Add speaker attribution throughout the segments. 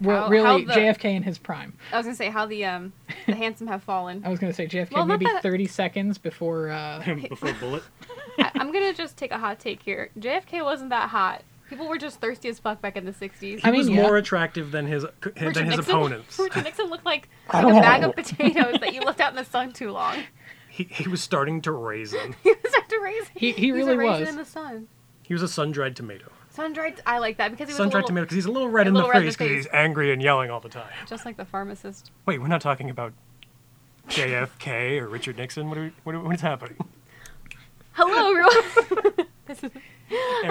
Speaker 1: well,
Speaker 2: How-
Speaker 1: really
Speaker 2: how the-
Speaker 1: JFK in his prime.
Speaker 2: I was gonna say how the um the handsome have fallen.
Speaker 1: I was gonna say JFK
Speaker 2: Well, not
Speaker 1: maybe
Speaker 2: that-
Speaker 1: thirty seconds before. Uh,
Speaker 3: before Bullet.
Speaker 2: I, I'm gonna just take a hot take here. JFK wasn't that hot. People were just thirsty as fuck back in the '60s.
Speaker 3: He
Speaker 1: I mean,
Speaker 3: was
Speaker 1: yeah.
Speaker 3: more attractive than his than his opponents.
Speaker 2: Richard Nixon looked like, like a bag of potatoes that you left out in the sun too long.
Speaker 3: He, he was starting to raisin.
Speaker 2: He was after raisin.
Speaker 1: He- he
Speaker 2: was a
Speaker 1: really
Speaker 2: raisin
Speaker 1: was.
Speaker 2: in the sun.
Speaker 3: He was a sun dried tomato.
Speaker 2: Sun dried. I like that because he was
Speaker 3: Sun
Speaker 2: a
Speaker 3: dried
Speaker 2: little,
Speaker 3: tomato because he's a little red
Speaker 2: a
Speaker 3: in the
Speaker 2: little red in the
Speaker 3: face because he's
Speaker 2: face.
Speaker 3: angry and yelling all the time.
Speaker 2: just like the pharmacist.
Speaker 3: Wait, we're not talking about JFK or Richard Nixon. What, are we, what, are- what is happening
Speaker 2: Hello, everyone.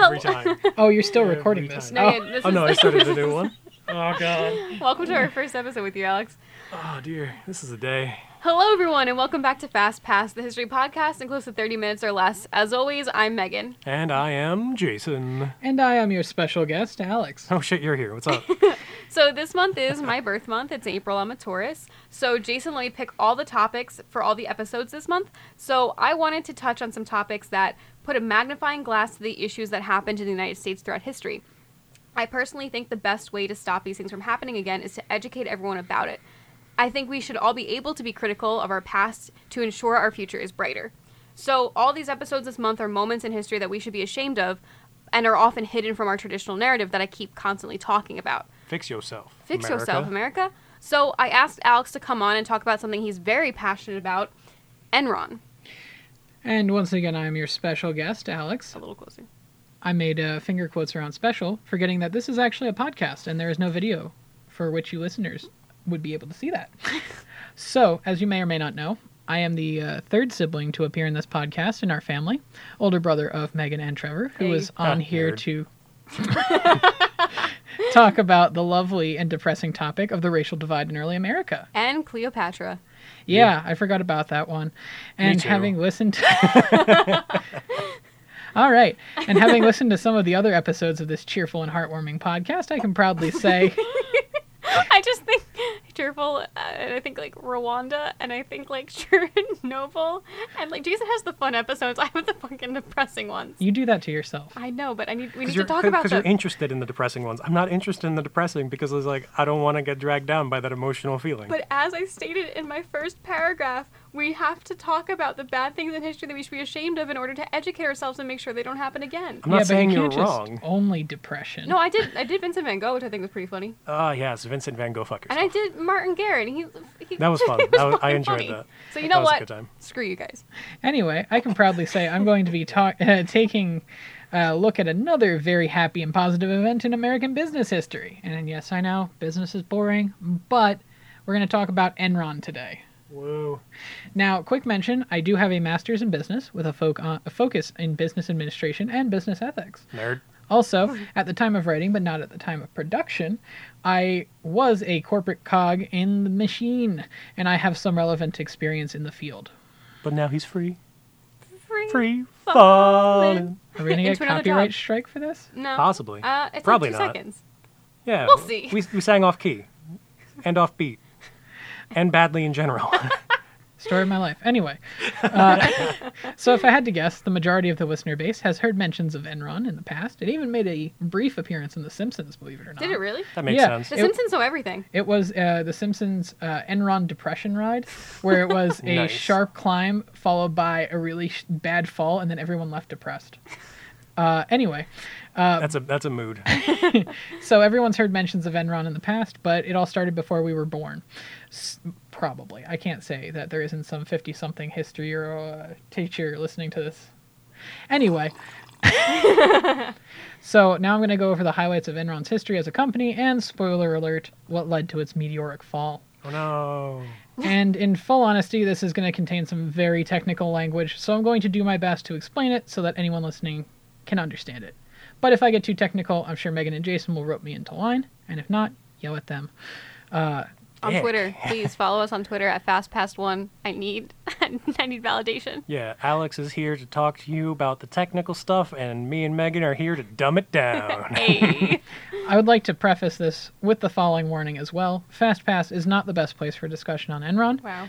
Speaker 3: every time?
Speaker 1: oh, you're still
Speaker 3: Every
Speaker 1: recording this.
Speaker 3: time.
Speaker 2: no,
Speaker 1: Oh,
Speaker 2: yeah, this
Speaker 3: Oh no, I
Speaker 2: is,
Speaker 3: started the new one. Oh god.
Speaker 2: welcome to our first episode with you, Alex.
Speaker 3: Oh dear, this is a day.
Speaker 2: Hello, everyone, and welcome back to Fast Pass, the history podcast, includes the 30 minutes or less. As always, I'm Megan.
Speaker 3: And I am Jason.
Speaker 1: And I am your special guest, Alex.
Speaker 3: Oh shit, you're here. What's up?
Speaker 2: So this month is my birth month. It's April. I'm a Taurus. So Jason let me pick all the topics for all the episodes this month. So I wanted to touch on some topics that put a magnifying glass to the issues that happened in the United States throughout history. I personally think the best way to stop these things from happening again is to educate everyone about it. I think we should all be able to be critical of our past to ensure our future is brighter. So, all these episodes this month are moments in history that we should be ashamed of and are often hidden from our traditional narrative that I keep constantly talking about.
Speaker 3: Fix yourself.
Speaker 2: Fix
Speaker 3: America.
Speaker 2: yourself, America. So I asked Alex to come on and talk about something he's very passionate about Enron.
Speaker 1: And once again, I am your special guest, Alex.
Speaker 2: A little closer.
Speaker 1: I made uh, finger quotes around special, forgetting that this is actually a podcast and there is no video for which you listeners would be able to see that. so, as you may or may not know, I am the uh, third sibling to appear in this podcast in our family, older brother of Megan and Trevor, who
Speaker 2: Hey.
Speaker 1: is on
Speaker 3: Ah,
Speaker 1: here
Speaker 3: nerd.
Speaker 1: to talk about the lovely and depressing topic of the racial divide in early America.
Speaker 2: And Cleopatra.
Speaker 1: Yeah, I forgot about that one. And
Speaker 3: too.
Speaker 1: having listened to All right. And having listened to some of the other episodes of this cheerful and heartwarming podcast, I can proudly say
Speaker 2: I just think cheerful, uh, and I think like Rwanda, and I think like Chernobyl, and like Jason has the fun episodes. I have the fucking depressing ones.
Speaker 1: you do that to yourself.
Speaker 2: I know, but I need we need
Speaker 3: Because
Speaker 2: to
Speaker 3: you're,
Speaker 2: talk
Speaker 3: c-
Speaker 2: about
Speaker 3: 'cause you're
Speaker 2: them.
Speaker 3: interested in the depressing ones. I'm not interested in the depressing because it's like I don't want to get dragged down by that emotional feeling.
Speaker 2: But as I stated in my first paragraph, we have to talk about the bad things in history that we should be ashamed of in order to educate ourselves and make sure they don't happen again.
Speaker 3: I'm not
Speaker 1: yeah,
Speaker 3: saying
Speaker 1: but you
Speaker 3: you're
Speaker 1: can't
Speaker 3: wrong.
Speaker 1: just only depression.
Speaker 2: No, I did. I did Vincent Van Gogh, which I think was pretty funny.
Speaker 3: Ah, yes, Vincent Van Gogh fuckers.
Speaker 2: And I did Martin Garrett. He, he
Speaker 3: That was fun.
Speaker 2: he
Speaker 3: That was- I
Speaker 2: fucking
Speaker 3: enjoyed that.
Speaker 2: So you
Speaker 3: That
Speaker 2: know
Speaker 3: was a
Speaker 2: what?
Speaker 3: good time.
Speaker 2: Screw you guys.
Speaker 1: Anyway, I can proudly say I'm going to be ta- uh, taking a look at another very happy and positive event in American business history. And yes, I know business is boring, but we're going to talk about Enron today.
Speaker 3: Whoa.
Speaker 1: Now, quick mention I do have a master's in business with a, foc- uh, a focus in business administration and business ethics.
Speaker 3: Nerd.
Speaker 1: Also,
Speaker 2: Hmm.
Speaker 1: at the time of writing, but not at the time of production, I was a corporate cog in the machine, and I have some relevant experience in the field.
Speaker 3: But now he's free.
Speaker 2: Free.
Speaker 3: Free falling.
Speaker 1: Are we going to get
Speaker 2: Into another
Speaker 1: copyright
Speaker 2: job.
Speaker 1: strike for this?
Speaker 2: No.
Speaker 3: Possibly.
Speaker 2: Uh, it's like
Speaker 3: Probably
Speaker 2: two
Speaker 3: not.
Speaker 2: seconds.
Speaker 3: Yeah.
Speaker 2: We'll see.
Speaker 3: We, we sang off key and off beat and badly in general.
Speaker 1: Story of my life. Anyway, uh, so if I had to guess, the majority of the listener base has heard mentions of Enron in the past. It even made a brief appearance in The Simpsons, believe it or not.
Speaker 2: Did it really?
Speaker 3: that makes
Speaker 1: Yeah.
Speaker 3: sense.
Speaker 2: The
Speaker 1: It-
Speaker 2: Simpsons know everything.
Speaker 1: It was uh, the Simpsons uh, Enron depression ride, where it was a
Speaker 3: Nice.
Speaker 1: sharp climb followed by a really sh- bad fall, and then everyone left depressed. Uh, anyway, Uh,
Speaker 3: that's a that's a mood.
Speaker 1: so everyone's heard mentions of Enron in the past, but it all started before we were born. S- probably. I can't say that there isn't some 50 something history or uh, teacher listening to this. Anyway. so now I'm going to go over the highlights of Enron's history as a company and, spoiler alert, what led to its meteoric fall.
Speaker 3: Oh no.
Speaker 1: And in full honesty, this is going to contain some very technical language, so I'm going to do my best to explain it so that anyone listening can understand it. But if I get too technical, I'm sure Megan and Jason will rope me into line, and if not, yell at them.
Speaker 2: On
Speaker 3: Dick.
Speaker 2: Twitter, please follow us on Twitter at FastPast1. I need, I need validation.
Speaker 3: Yeah, Alex is here to talk to you about the technical stuff, and me and Megan are here to dumb it down.
Speaker 2: Hey.
Speaker 1: I would like to preface this with the following warning as well. FastPass is not the best place for discussion on Enron,
Speaker 2: wow.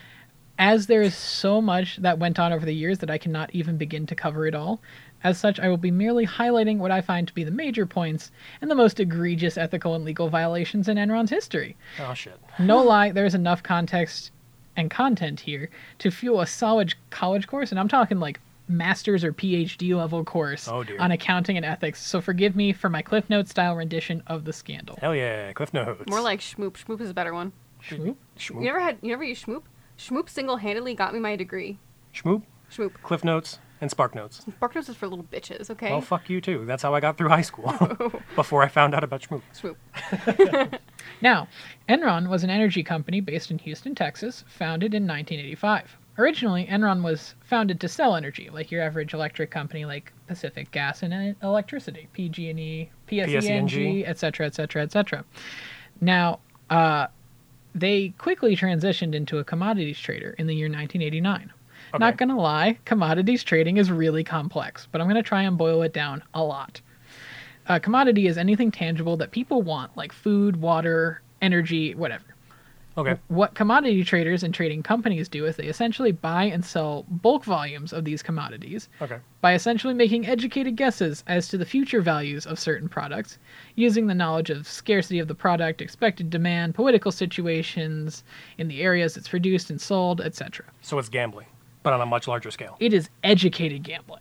Speaker 1: as there is so much that went on over the years that I cannot even begin to cover it all. As such, I will be merely highlighting what I find to be the major points and the most egregious ethical and legal violations in Enron's history.
Speaker 3: Oh shit.
Speaker 1: No lie, there's enough context and content here to fuel a solid college course, and I'm talking like master's or PhD level course
Speaker 3: Oh, dear.
Speaker 1: on accounting and ethics. So forgive me for my Cliff Note style rendition of the scandal.
Speaker 3: Hell yeah. Cliff notes.
Speaker 2: More like Schmoop. Schmoop is a better one.
Speaker 1: Shmoop?
Speaker 2: You
Speaker 3: Shmoop.
Speaker 2: never had. You never used Schmoop. Schmoop single handedly got me my degree.
Speaker 3: Shmoop.
Speaker 2: Schmoop.
Speaker 3: Cliff notes and Spark notes.
Speaker 2: Barknose is for little bitches. Okay.
Speaker 3: Well, fuck you too. That's how I got through high school. Before I found out about Shmoop.
Speaker 2: Schmoop.
Speaker 1: Now, Enron was an energy company based in Houston, Texas, founded in 1985. Originally, Enron was founded to sell energy, like your average electric company like Pacific Gas and uh, Electricity, PG&E, PSENG,
Speaker 3: E PSENG.
Speaker 1: etc., etc., etc. Now, uh, they quickly transitioned into a commodities trader in the year 1989. Not
Speaker 3: Okay.
Speaker 1: going to lie, commodities trading is really complex, but I'm going to try and boil it down a lot. A commodity is anything tangible that people want, like food, water, energy, whatever.
Speaker 3: Okay.
Speaker 1: What commodity traders and trading companies do is they essentially buy and sell bulk volumes of these commodities
Speaker 3: Okay.
Speaker 1: by essentially making educated guesses as to the future values of certain products, using the knowledge of scarcity of the product, expected demand, political situations in the areas it's produced and sold, etc.
Speaker 3: So it's gambling, but on a much larger scale.
Speaker 1: It is educated gambling.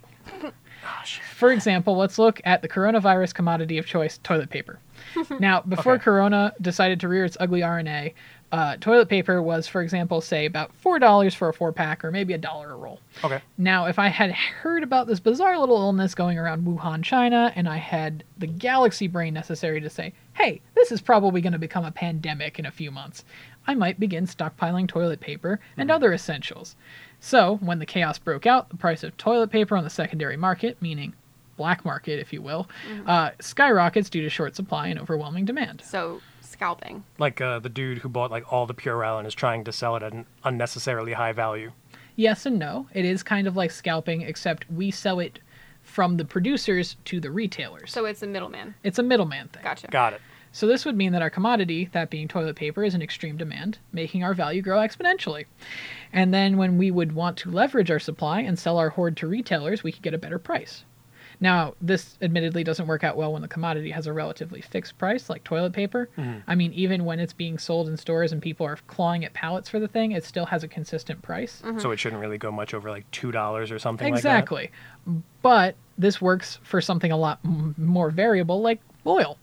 Speaker 3: Ah, shit.
Speaker 1: For example, let's look at the coronavirus commodity of choice, toilet paper. now, before
Speaker 3: Okay.
Speaker 1: Corona decided to rear its ugly RNA, uh, toilet paper was, for example, say about $4 for a four pack or maybe a dollar a roll.
Speaker 3: Okay.
Speaker 1: Now, if I had heard about this bizarre little illness going around Wuhan, China, and I had the galaxy brain necessary to say, hey, this is probably going to become a pandemic in a few months, I might begin stockpiling toilet paper and
Speaker 2: Mm-hmm.
Speaker 1: other essentials. So, when the chaos broke out, the price of toilet paper on the secondary market, meaning black market, if you will, uh, skyrockets due to short supply and overwhelming demand.
Speaker 2: Mm-hmm. So scalping.
Speaker 3: Like uh, the dude who bought like all the Purell and is trying to sell it at an unnecessarily high value.
Speaker 1: Yes and no. It is kind of like scalping, except we sell it from the producers to the retailers.
Speaker 2: So it's a middleman.
Speaker 1: It's a middleman thing.
Speaker 2: Gotcha.
Speaker 3: Got it.
Speaker 1: So this would mean that our commodity, that being toilet paper, is in extreme demand, making our value grow exponentially. And then when we would want to leverage our supply and sell our hoard to retailers, we could get a better price. Now, this admittedly doesn't work out well when the commodity has a relatively fixed price, like toilet paper. I mean, even when it's being sold in stores and people are clawing at pallets for the thing, it still has a consistent price.
Speaker 2: Mm-hmm.
Speaker 3: So it shouldn't really go much over like two dollars or Mm-hmm. something like
Speaker 1: Exactly. But this works for something a lot m- more variable, like oil.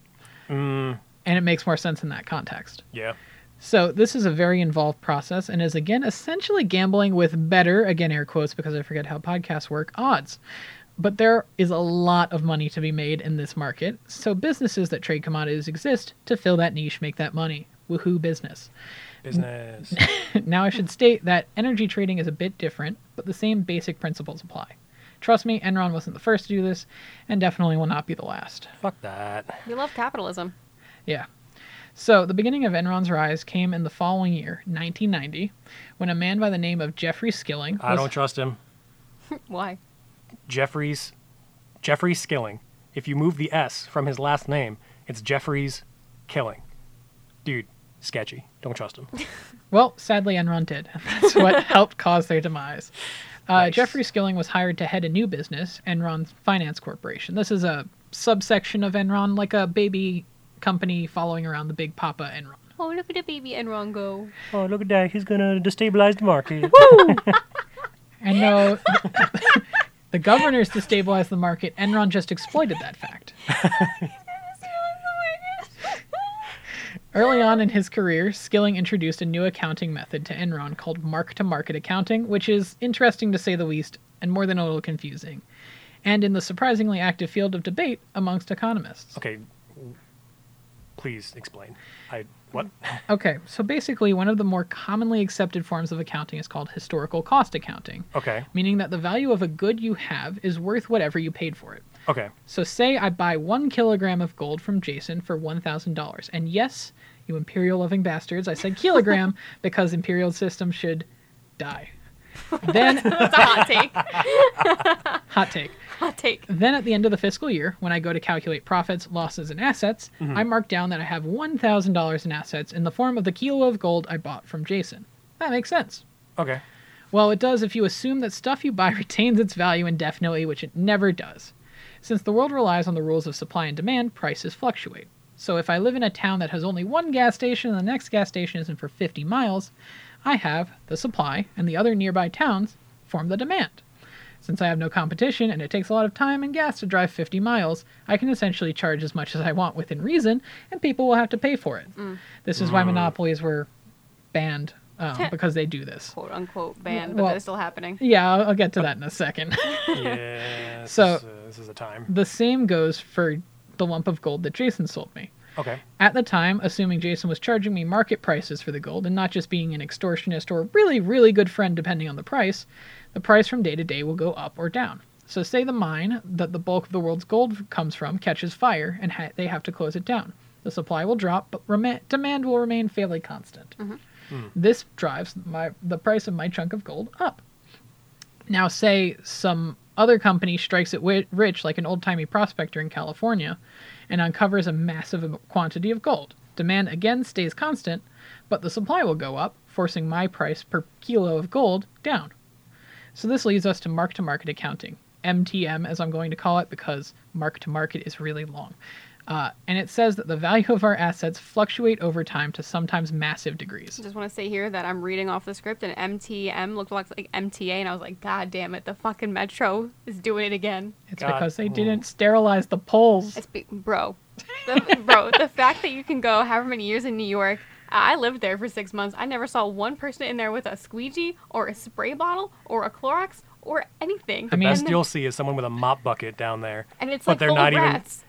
Speaker 1: And it makes more sense in that context.
Speaker 3: that. Yeah.
Speaker 1: So this is a very involved process and is again essentially gambling with better, again air quotes because I forget how podcasts work, odds. But there is a lot of money to be made in this market, so businesses that trade commodities exist to fill that niche, make that money. Woohoo business.
Speaker 3: Business.
Speaker 1: now I should state that energy trading is a bit different, but the same basic principles apply. Trust me, Enron wasn't the first to do this, and definitely will not be the last.
Speaker 3: Fuck that.
Speaker 2: We love capitalism.
Speaker 1: Yeah. So the beginning of Enron's rise came in the following year, 1990, when a man by the name of Jeffrey Skilling.
Speaker 3: I
Speaker 1: was-
Speaker 3: don't trust him.
Speaker 2: Why?
Speaker 3: Jeffries, Jeffrey Skilling. If you move the S from his last name, it's Jeffrey's Killing. Dude, sketchy. Don't trust him.
Speaker 1: Well, sadly, Enron did. That's what helped cause their demise. Uh,
Speaker 3: Nice.
Speaker 1: Jeffrey Skilling was hired to head a new business, Enron Finance Corporation. This is a subsection of Enron, like a baby company following around the big papa Enron.
Speaker 2: Oh, look at the baby Enron go.
Speaker 3: Oh, look at that. He's going to destabilize the market.
Speaker 1: And no, the governors destabilized the market. Enron just exploited that fact. Early on in his career, Skilling introduced a new accounting method to Enron called mark to market accounting, which is interesting to say the least and more than a little confusing, and in the surprisingly active field of debate amongst economists.
Speaker 3: okay. Please explain. I. What?
Speaker 1: Okay, so basically, one of the more commonly accepted forms of accounting is called historical cost accounting,
Speaker 3: Okay.
Speaker 1: meaning that the value of a good you have is worth whatever you paid for it.
Speaker 3: Okay.
Speaker 1: So say I buy one kilogram of gold from Jason for one thousand dollars, and yes, you imperial loving bastards, I said kilogram because imperial system should die. Then
Speaker 2: That's a hot take.
Speaker 1: hot take.
Speaker 2: Hot take.
Speaker 1: Then at the end of the fiscal year, when I go to calculate profits, losses, and assets, I mark down that I have one thousand dollars in assets in the form of the kilo of gold I bought from Jason. That makes sense.
Speaker 3: Okay.
Speaker 1: Well, it does if you assume that stuff you buy retains its value indefinitely, which it never does. Since the world relies on the rules of supply and demand, prices fluctuate. So if I live in a town that has only one gas station and the next gas station isn't for 50 miles, I have the supply and the other nearby towns form the demand. Since I have no competition and it takes a lot of time and gas to drive 50 miles, I can essentially charge as much as I want within reason, and people will have to pay for it. This is why monopolies were banned um, because they do this.
Speaker 2: quote unquote ban, but
Speaker 1: Well-
Speaker 2: they're still happening.
Speaker 1: Yeah, I'll, I'll get to that in a second.
Speaker 3: yeah. This
Speaker 1: So-
Speaker 3: is, uh, this is a time.
Speaker 1: the same goes for the lump of gold that Jason sold me.
Speaker 3: Okay.
Speaker 1: At the time, assuming Jason was charging me market prices for the gold and not just being an extortionist or really, really good friend depending on the price, the price from day to day will go up or down. So, say the mine that the bulk of the world's gold comes from catches fire and ha- they have to close it down. The supply will drop, but rema- demand will remain fairly constant. This drives my, the price of my chunk of gold up. Now, say some other company strikes it wi- rich, like an old timey prospector in California, and uncovers a massive am- quantity of gold. Demand again stays constant, but the supply will go up, forcing my price per kilo of gold down. So, this leads us to mark to market accounting, MTM as I'm going to call it because mark to market is really long. Uh, and it says that the value of our assets fluctuate over time to sometimes massive degrees.
Speaker 2: Just want to say here that I'm reading off the script and MTM looked like like MTA, and I was like, God damn it, the fucking Metro is doing it again.
Speaker 1: It's
Speaker 3: God.
Speaker 1: because they
Speaker 3: Hmm.
Speaker 1: didn't sterilize the polls.
Speaker 2: It's be- bro, the, bro, the fact that you can go however many years in New York. I I lived there for six months. I never saw one person in there with a squeegee or a spray bottle or a Clorox or anything.
Speaker 1: I mean-
Speaker 2: and,
Speaker 3: Best
Speaker 2: the-
Speaker 3: you'll see is someone with a mop bucket down there.
Speaker 2: and it's
Speaker 3: but
Speaker 2: like
Speaker 3: they're
Speaker 2: full
Speaker 3: not
Speaker 2: of
Speaker 3: even-
Speaker 2: rats.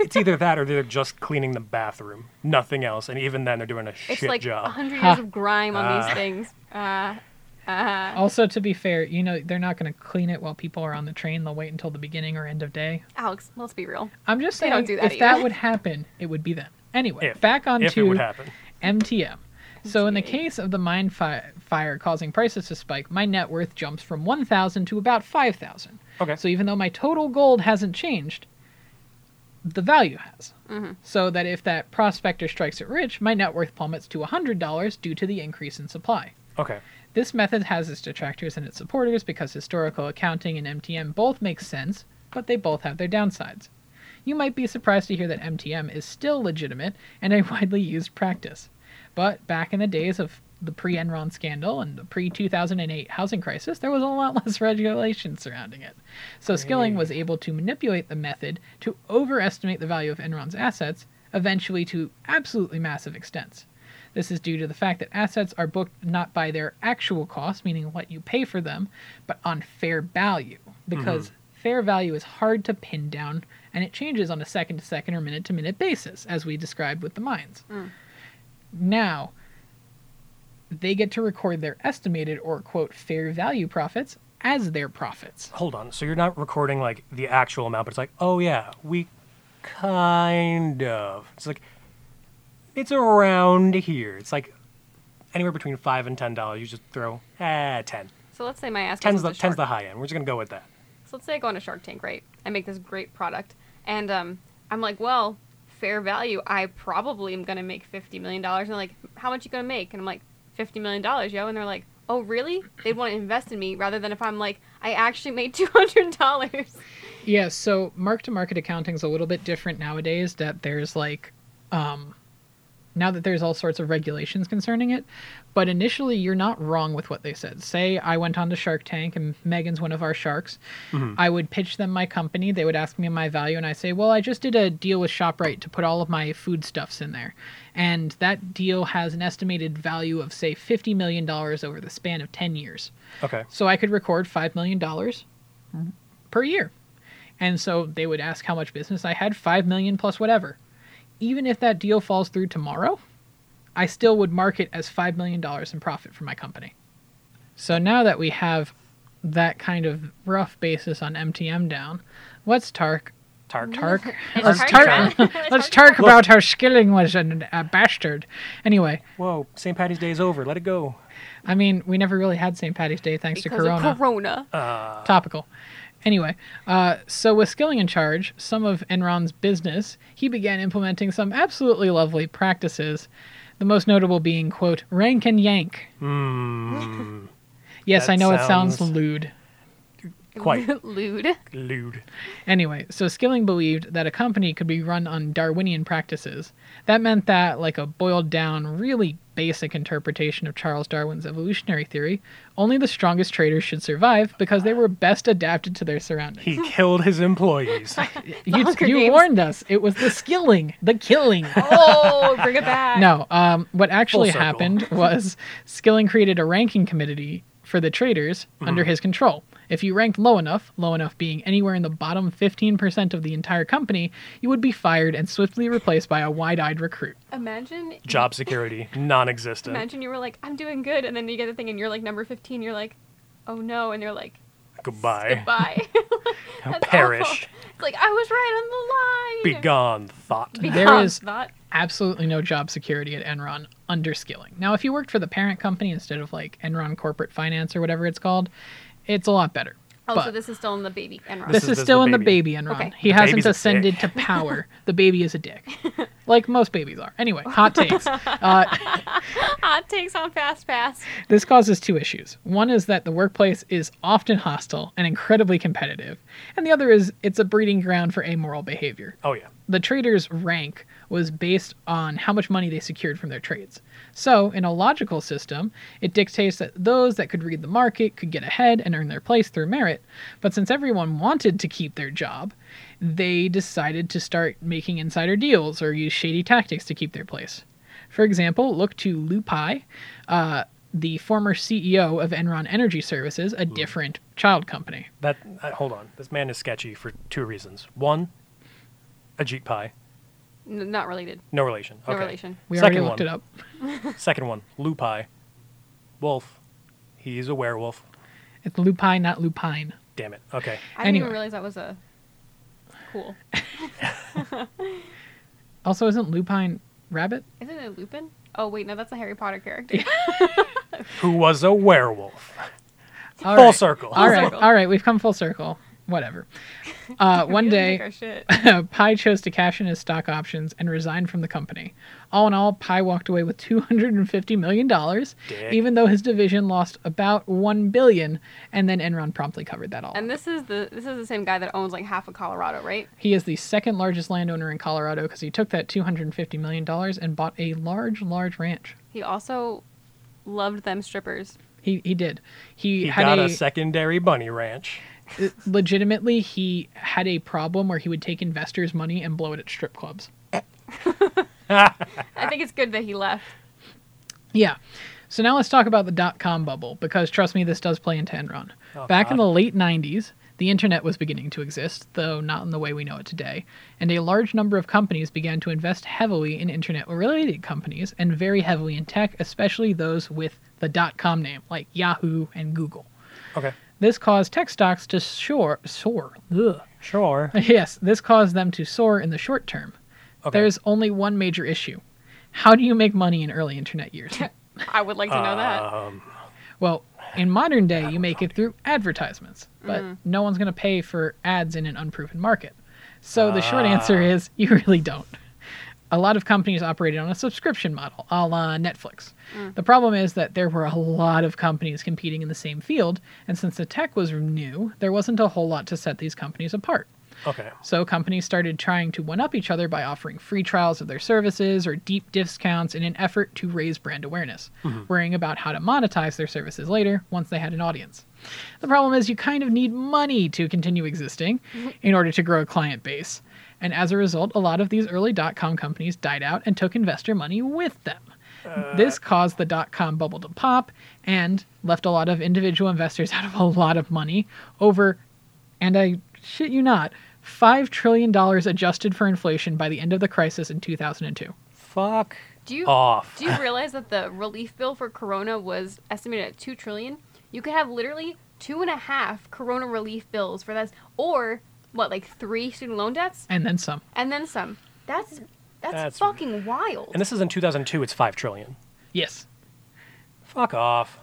Speaker 3: It's either that or they're just cleaning the bathroom. Nothing else. And even then, they're doing a
Speaker 2: It's
Speaker 3: shit
Speaker 2: like a
Speaker 3: job.
Speaker 2: hundred
Speaker 1: Ha.
Speaker 2: years of grime on
Speaker 3: Ah.
Speaker 2: these things. Uh, uh,
Speaker 1: Also, to be fair, you know, they're not going to clean it while people are on the train. They'll wait until the beginning or end of day.
Speaker 2: Alex, let's be real.
Speaker 1: I'm just
Speaker 2: They
Speaker 1: saying,
Speaker 2: don't do that
Speaker 1: if that
Speaker 2: either.
Speaker 1: would happen, it would be them. Anyway,
Speaker 3: If-
Speaker 1: back on
Speaker 3: if it
Speaker 1: to
Speaker 3: would happen.
Speaker 1: MTM. So, in the
Speaker 2: MTA.
Speaker 1: case of the mine fi- fire causing prices to spike, my net worth jumps from 1,000 to about 5,000.
Speaker 3: Okay.
Speaker 1: So, even though my total gold hasn't changed, the value has.
Speaker 2: Mm-hmm.
Speaker 1: So that if that prospector strikes it rich, my net worth plummets to $100 due to the increase in supply.
Speaker 3: Okay.
Speaker 1: This method has its detractors and its supporters because historical accounting and MTM both make sense, but they both have their downsides. You might be surprised to hear that MTM is still legitimate and a widely used practice. But back in the days of the pre Enron scandal and the pre 2008 housing crisis, there was a lot less regulation surrounding it. So Skilling was able to manipulate the method to overestimate the value of Enron's assets, eventually to absolutely massive extents. This is due to the fact that assets are booked not by their actual cost, meaning what you pay for them, but on fair value, because fair value is hard to pin down and it changes on a second to second or minute to minute basis, as we described with the mines. Now, they get to record their estimated or quote fair value profits as their profits.
Speaker 3: Hold on. So you're not recording like the actual amount, but it's like, oh yeah, we kind of. It's like it's around here. It's like anywhere between five and ten dollars. You just throw eh, ten.
Speaker 2: So let's say my ass goes
Speaker 3: Ten's
Speaker 2: into
Speaker 3: the ten's
Speaker 2: Shark
Speaker 3: the high end. We're just gonna go with that.
Speaker 2: So let's say I go on a Shark Tank, right? I make this great product, and um, I'm like, well, fair value. I probably am gonna make fifty million dollars. And they're like, how much you gonna make? And I'm like, fifty million dollars, yo. And they're like, oh, really? They want to invest in me rather than if I'm like, I actually made two hundred dollars.
Speaker 1: Yeah, so mark to market accounting is a little bit different nowadays that there's like um now that there's all sorts of regulations concerning it, but initially you're not wrong with what they said. Say I went on to Shark Tank and Megan's one of our sharks. I would pitch them my company, they would ask me my value and I say, "Well, I just did a deal with ShopRite to put all of my foodstuffs in there." And that deal has an estimated value of say 50 million dollars over the span of 10 years.
Speaker 3: Okay.
Speaker 1: So I could record $5 million Mm-hmm. per year. And so they would ask how much business I had 5 million plus whatever. Even if that deal falls through tomorrow, I still would mark it as $5 million in profit for my company. So now that we have that kind of rough basis on MTM down, let's talk.
Speaker 3: Tark
Speaker 1: Tark.
Speaker 2: It's
Speaker 1: Let's
Speaker 2: hard
Speaker 1: tark,
Speaker 2: to-
Speaker 1: let's talk about how Skilling was an, a bastard. Anyway,
Speaker 3: Whoa, St. Patty's Day is over. Let it go.
Speaker 1: I mean, we never really had St. Patty's Day thanks
Speaker 2: because
Speaker 1: to Corona.
Speaker 2: of Corona.
Speaker 3: Uh,
Speaker 1: topical. Anyway, uh, so with Skilling in charge, some of Enron's business, he began implementing some absolutely lovely
Speaker 3: Hmm.
Speaker 1: practices. The most notable being, quote, rank and yank. Yes,
Speaker 3: That
Speaker 1: I know it
Speaker 3: sounds-
Speaker 1: sounds lewd.
Speaker 3: Quite.
Speaker 2: Lewd.
Speaker 3: Lewd.
Speaker 1: Anyway, so Skilling believed that a company could be run on Darwinian practices. That meant that, like a boiled down, really basic interpretation of Charles Darwin's evolutionary theory, only the strongest traders should survive because they were best adapted to their surroundings.
Speaker 3: He killed his employees.
Speaker 1: You,
Speaker 2: Hunger
Speaker 1: you
Speaker 2: Games.
Speaker 1: warned us. It was the skilling, the killing.
Speaker 2: Oh, bring it back.
Speaker 1: No, um, what actually
Speaker 3: circle.
Speaker 1: happened was Skilling created a ranking committee for the traders under his control. If you ranked low enough, low enough being anywhere in the bottom 15% of the entire company, you would be fired and swiftly replaced by a wide eyed recruit.
Speaker 2: Imagine.
Speaker 3: Job security, non existent.
Speaker 2: Imagine you were like, I'm doing good, and then you get the thing, and you're like number 15. You're like, oh no, and they're like,
Speaker 3: Goodbye.
Speaker 2: goodbye. That's
Speaker 3: Perish.
Speaker 2: awful. It's like I was right on the
Speaker 3: Be
Speaker 2: line.
Speaker 3: gone, thought.
Speaker 2: Be
Speaker 1: There
Speaker 2: gone,
Speaker 1: is-
Speaker 2: thought.
Speaker 1: Absolutely no job security at Enron under Skilling. Now, if you worked for the parent company instead of like Enron Corporate Finance or whatever it's called, it's a lot better.
Speaker 2: Oh,
Speaker 1: But-
Speaker 2: so this is still in the baby Enron.
Speaker 1: This, is,
Speaker 3: This is- this is
Speaker 1: still
Speaker 3: the
Speaker 1: in the
Speaker 3: baby.
Speaker 1: baby Enron.
Speaker 2: Okay.
Speaker 1: He
Speaker 3: The
Speaker 1: hasn't
Speaker 3: baby's a
Speaker 1: ascended to
Speaker 3: dick.
Speaker 1: power. The baby is a dick, like most babies are. Anyway, hot takes. Uh,
Speaker 2: Hot takes on fast pass.
Speaker 1: this causes two issues. One is that the workplace is often hostile and incredibly competitive, and the other is it's a breeding ground for amoral behavior.
Speaker 3: Oh, yeah.
Speaker 1: The traders' rank was based on how much money they secured from their trades. So, in a logical system, it dictates that those that could read the market could get ahead and earn their place through merit. But since everyone wanted to keep their job, they decided to start making insider deals or use shady tactics to keep their place. For example, look to Lupai, uh, the former CEO of Enron Energy Services,
Speaker 3: Hmm.
Speaker 1: a different child company.
Speaker 3: That uh, hold on. This man is sketchy for two reasons. One, Ajit Pai,
Speaker 2: N- not related.
Speaker 3: no relation.
Speaker 2: No
Speaker 3: okay.
Speaker 2: relation.
Speaker 1: We already
Speaker 3: Second
Speaker 1: looked
Speaker 3: one.
Speaker 1: it up.
Speaker 3: Second one, Lupai, wolf. He's a werewolf.
Speaker 1: It's Lupai, not Lupine.
Speaker 3: Damn it. Okay.
Speaker 2: I didn't
Speaker 1: Anyway.
Speaker 2: even realize that was a cool.
Speaker 1: Also, isn't Lupine rabbit?
Speaker 2: Isn't it Lupin? Oh wait, no, that's a Harry Potter character.
Speaker 3: Who was a werewolf?
Speaker 1: All
Speaker 3: Full
Speaker 1: right.
Speaker 3: circle.
Speaker 1: All right,
Speaker 2: circle.
Speaker 1: all right, we've come full circle. Whatever. Uh, one
Speaker 2: We didn't make
Speaker 1: day,
Speaker 2: our shit.
Speaker 1: Pi chose to cash in his stock options and resigned from the company. All in all, Pi walked away with two hundred and fifty million dollars,
Speaker 3: Dick.
Speaker 1: even though his division lost about one billion, and then Enron promptly covered that all.
Speaker 2: And this is the this is the same guy that owns like half of Colorado, right?
Speaker 1: He is the second largest landowner in Colorado because he took that two hundred and fifty million dollars and bought a large, large ranch.
Speaker 2: He also loved them strippers.
Speaker 1: He he did. He,
Speaker 3: He
Speaker 1: had
Speaker 3: got a secondary bunny ranch.
Speaker 1: legitimately he had a problem where he would take investors' money and blow it at strip clubs.
Speaker 2: I think it's good that he left.
Speaker 1: Yeah. So now let's talk about the dot com bubble because trust me, this does play into Enron.
Speaker 3: Oh,
Speaker 1: Back in
Speaker 3: God.
Speaker 1: the late 90s, the internet was beginning to exist, though not in the way we know it today, and a large number of companies began to invest heavily in internet related companies and very heavily in tech, especially those with the dot com name, like Yahoo and Google.
Speaker 3: Okay.
Speaker 1: This caused tech stocks to soar. soar ugh.
Speaker 3: Sure.
Speaker 1: Yes, this caused them to soar in the short term.
Speaker 3: Okay.
Speaker 1: There's only one major issue. How do you make money in early internet years?
Speaker 2: I would like to know that.
Speaker 3: Um,
Speaker 1: well, in modern day, you make it through advertisements, but no one's going to pay for ads in an unproven market. So the short answer is you really don't. A lot of companies operated on a subscription model, a la Netflix. The problem is that there were a lot of companies competing in the same field, and since the tech was new, there wasn't a whole lot to set these companies apart.
Speaker 3: okay.
Speaker 1: So companies started trying to one up each other by offering free trials of their services or deep discounts in an effort to raise brand awareness, worrying about how to monetize their services later once they had an audience. The problem is you kind of need money to continue existing in order to grow a client base. And as a result, a lot of these early dot com companies died out and took investor money with them. This caused the dot com bubble to pop and left a lot of individual investors out of a lot of money over and I shit you not, $5 trillion adjusted for inflation by the end of the crisis in 2002.
Speaker 3: Fuck
Speaker 2: Do you
Speaker 3: off.
Speaker 2: do you realize that the relief bill for Corona was estimated at two trillion? You could have literally two and a half Corona relief bills for that, or what, like three student loan debts
Speaker 1: And then some.
Speaker 2: and then some. That's that's,
Speaker 3: That's-
Speaker 2: fucking wild.
Speaker 3: and this is in 2002. It's five trillion.
Speaker 1: Yes.
Speaker 3: Fuck off.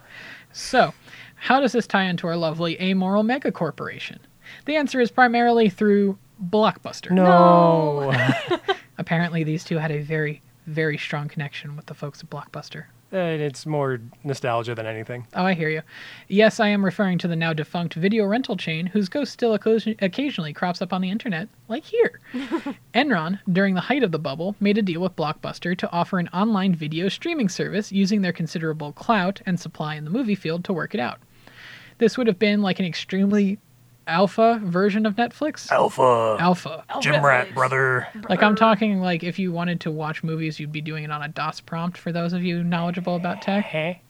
Speaker 1: So, how does this tie into our lovely amoral mega corporation? The answer is primarily through Blockbuster.
Speaker 2: No.
Speaker 1: Apparently, these two had a very, very strong connection with the folks at Blockbuster.
Speaker 3: Uh, it's more nostalgia than anything.
Speaker 1: Oh, I hear you. Yes, I am referring to the now defunct video rental chain whose ghost still occasion- occasionally crops up on the internet, like here. Enron, during the height of the bubble, made a deal with Blockbuster to offer an online video streaming service using their considerable clout and supply in the movie field to work it out. This would have been like an extremely alpha version of Netflix.
Speaker 3: Alpha.
Speaker 1: Alpha.
Speaker 3: Jim Rat, brother.
Speaker 1: Like I'm talking like if you wanted to watch movies, you'd be doing it on a DOS prompt for those of you knowledgeable about tech.
Speaker 3: Hey.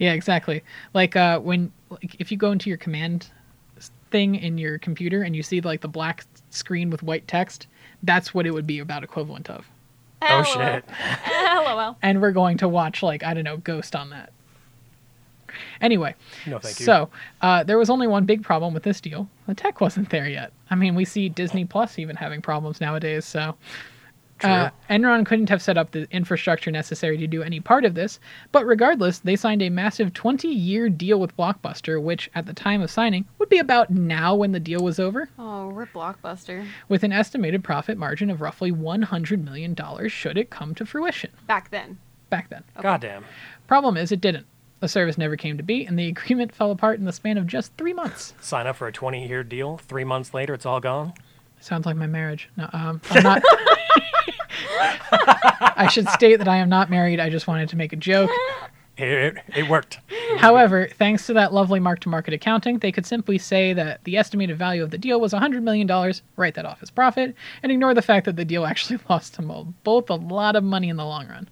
Speaker 1: Yeah, exactly. Like uh, when like, if you go into your command s- thing in your computer and you see like the black s- screen with white text, that's what it would be about equivalent of.
Speaker 3: Oh,
Speaker 2: LOL.
Speaker 3: shit.
Speaker 2: LOL.
Speaker 1: And we're going to watch like I don't know Ghost on that. Anyway,
Speaker 3: No, Oh, thank you.
Speaker 1: so uh, there was only one big problem with this deal: the tech wasn't there yet. I mean, we see Disney Plus even having problems nowadays. So Uh, Enron couldn't have set up the infrastructure necessary to do any part of this, but regardless, they signed a massive 20 year deal with Blockbuster, which at the time of signing would be about now when the deal was over,
Speaker 2: Oh, rip Blockbuster.
Speaker 1: with an estimated profit margin of roughly $100 million should it come to fruition
Speaker 2: Back then.
Speaker 1: back then.
Speaker 3: Goddamn.
Speaker 1: Problem is, it didn't. The service never came to be, and the agreement fell apart in the span of just three months.
Speaker 3: Sign up for a 20 year deal. Three months later, it's all gone.
Speaker 1: Sounds like my marriage. No, um, I'm not. I should state that I am not married. I just wanted to make a joke.
Speaker 3: It, it, it worked.
Speaker 1: However, thanks to that lovely mark to market accounting, they could simply say that the estimated value of the deal was $100 million, write that off as profit, and ignore the fact that the deal actually lost them all- both a lot of money in the long run.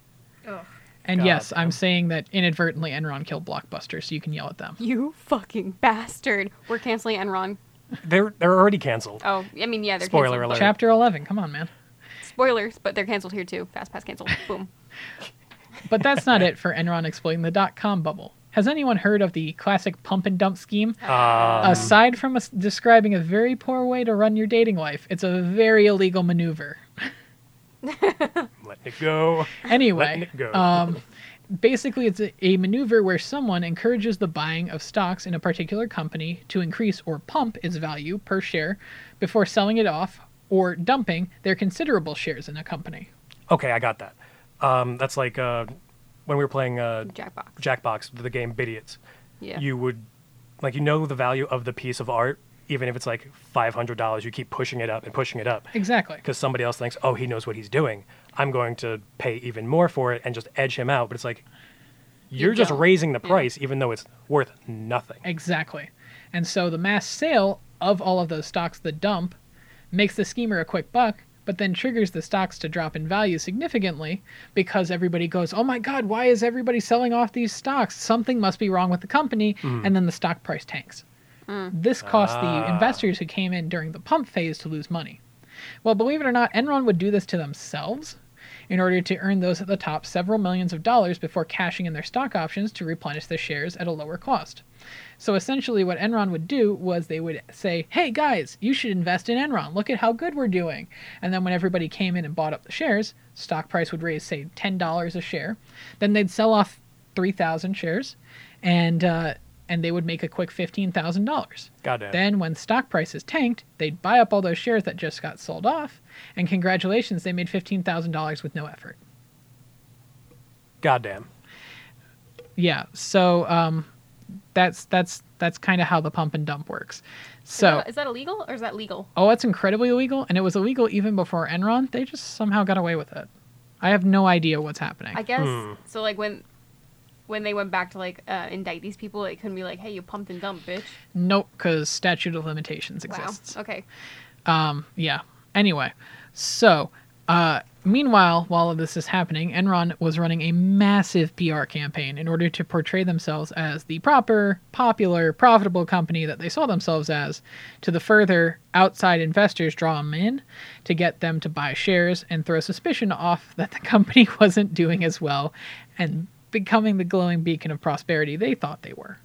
Speaker 2: Ugh.
Speaker 1: And
Speaker 3: God
Speaker 1: yes, I'm
Speaker 3: damn.
Speaker 1: saying that inadvertently Enron killed Blockbuster, so you can yell at them.
Speaker 2: You fucking bastard. We're canceling Enron.
Speaker 3: They're, they're already canceled.
Speaker 2: Oh, I mean, yeah, they're
Speaker 3: Spoiler
Speaker 2: canceled.
Speaker 3: alert.
Speaker 1: Chapter 11, come on, man.
Speaker 2: Spoilers, but they're canceled here too. Fast Pass canceled. Boom.
Speaker 1: But that's not it for Enron exploiting the dot com bubble. Has anyone heard of the classic pump and dump scheme?
Speaker 3: Um,
Speaker 1: Aside from us describing a very poor way to run your dating life, it's a very illegal maneuver.
Speaker 3: let it go.
Speaker 1: Anyway,
Speaker 3: it go.
Speaker 1: um, basically, it's a, a maneuver where someone encourages the buying of stocks in a particular company to increase or pump its value per share before selling it off or dumping their considerable shares in a company.
Speaker 3: Okay, I got that. Um, that's like uh, when we were playing uh,
Speaker 2: Jackbox.
Speaker 3: Jackbox, the game Bidiots.
Speaker 2: Yeah.
Speaker 3: You would, like, you know the value of the piece of art, even if it's like $500, you keep pushing it up and pushing it up.
Speaker 1: Exactly.
Speaker 3: because somebody else thinks, oh, he knows what he's doing. I'm going to pay even more for it and just edge him out. But it's like,
Speaker 2: You
Speaker 3: you're just
Speaker 2: don't.
Speaker 3: raising the
Speaker 2: Yeah.
Speaker 3: price, even though it's worth nothing.
Speaker 1: Exactly. And so the mass sale of all of those stocks, the dump, makes the schemer a quick buck, but then triggers the stocks to drop in value significantly because everybody goes, oh my God, why is everybody selling off these stocks? Something must be wrong with the company. And then the stock price tanks. This cost the
Speaker 3: Ah.
Speaker 1: investors who came in during the pump phase to lose money. Well, believe it or not, Enron would do this to themselves in order to earn those at the top several millions of dollars before cashing in their stock options to replenish their shares at a lower cost. So essentially, what Enron would do was they would say, Hey guys, you should invest in Enron. Look at how good we're doing. And then when everybody came in and bought up the shares, stock price would raise, say, $10 a share. Then they'd sell off 3,000 shares and, uh, and they would make a quick $15,000.
Speaker 3: Goddamn.
Speaker 1: Then, when stock prices tanked, they'd buy up all those shares that just got sold off, and congratulations, they made $15,000 with no effort.
Speaker 3: Goddamn.
Speaker 1: Yeah, so um, that's that's that's kind of how the pump and dump works. So,
Speaker 2: is that illegal or is that legal?
Speaker 1: oh, it's incredibly illegal, and it was illegal even before Enron. They just somehow got away with it. I have no idea what's happening.
Speaker 2: I guess.
Speaker 3: Hmm.
Speaker 2: So like when when they went back to like uh, indict these people, it couldn't be like, hey, you pumped and dumped, bitch.
Speaker 1: Nope, because statute of limitations exists.
Speaker 2: Wow. Okay.
Speaker 1: Um, yeah. Anyway, so uh, meanwhile, while all this is happening, Enron was running a massive PR campaign in order to portray themselves as the proper, popular, profitable company that they saw themselves as, to the further outside investors draw them in to get them to buy shares and throw suspicion off that the company wasn't doing as well and becoming the glowing beacon of prosperity they thought they were.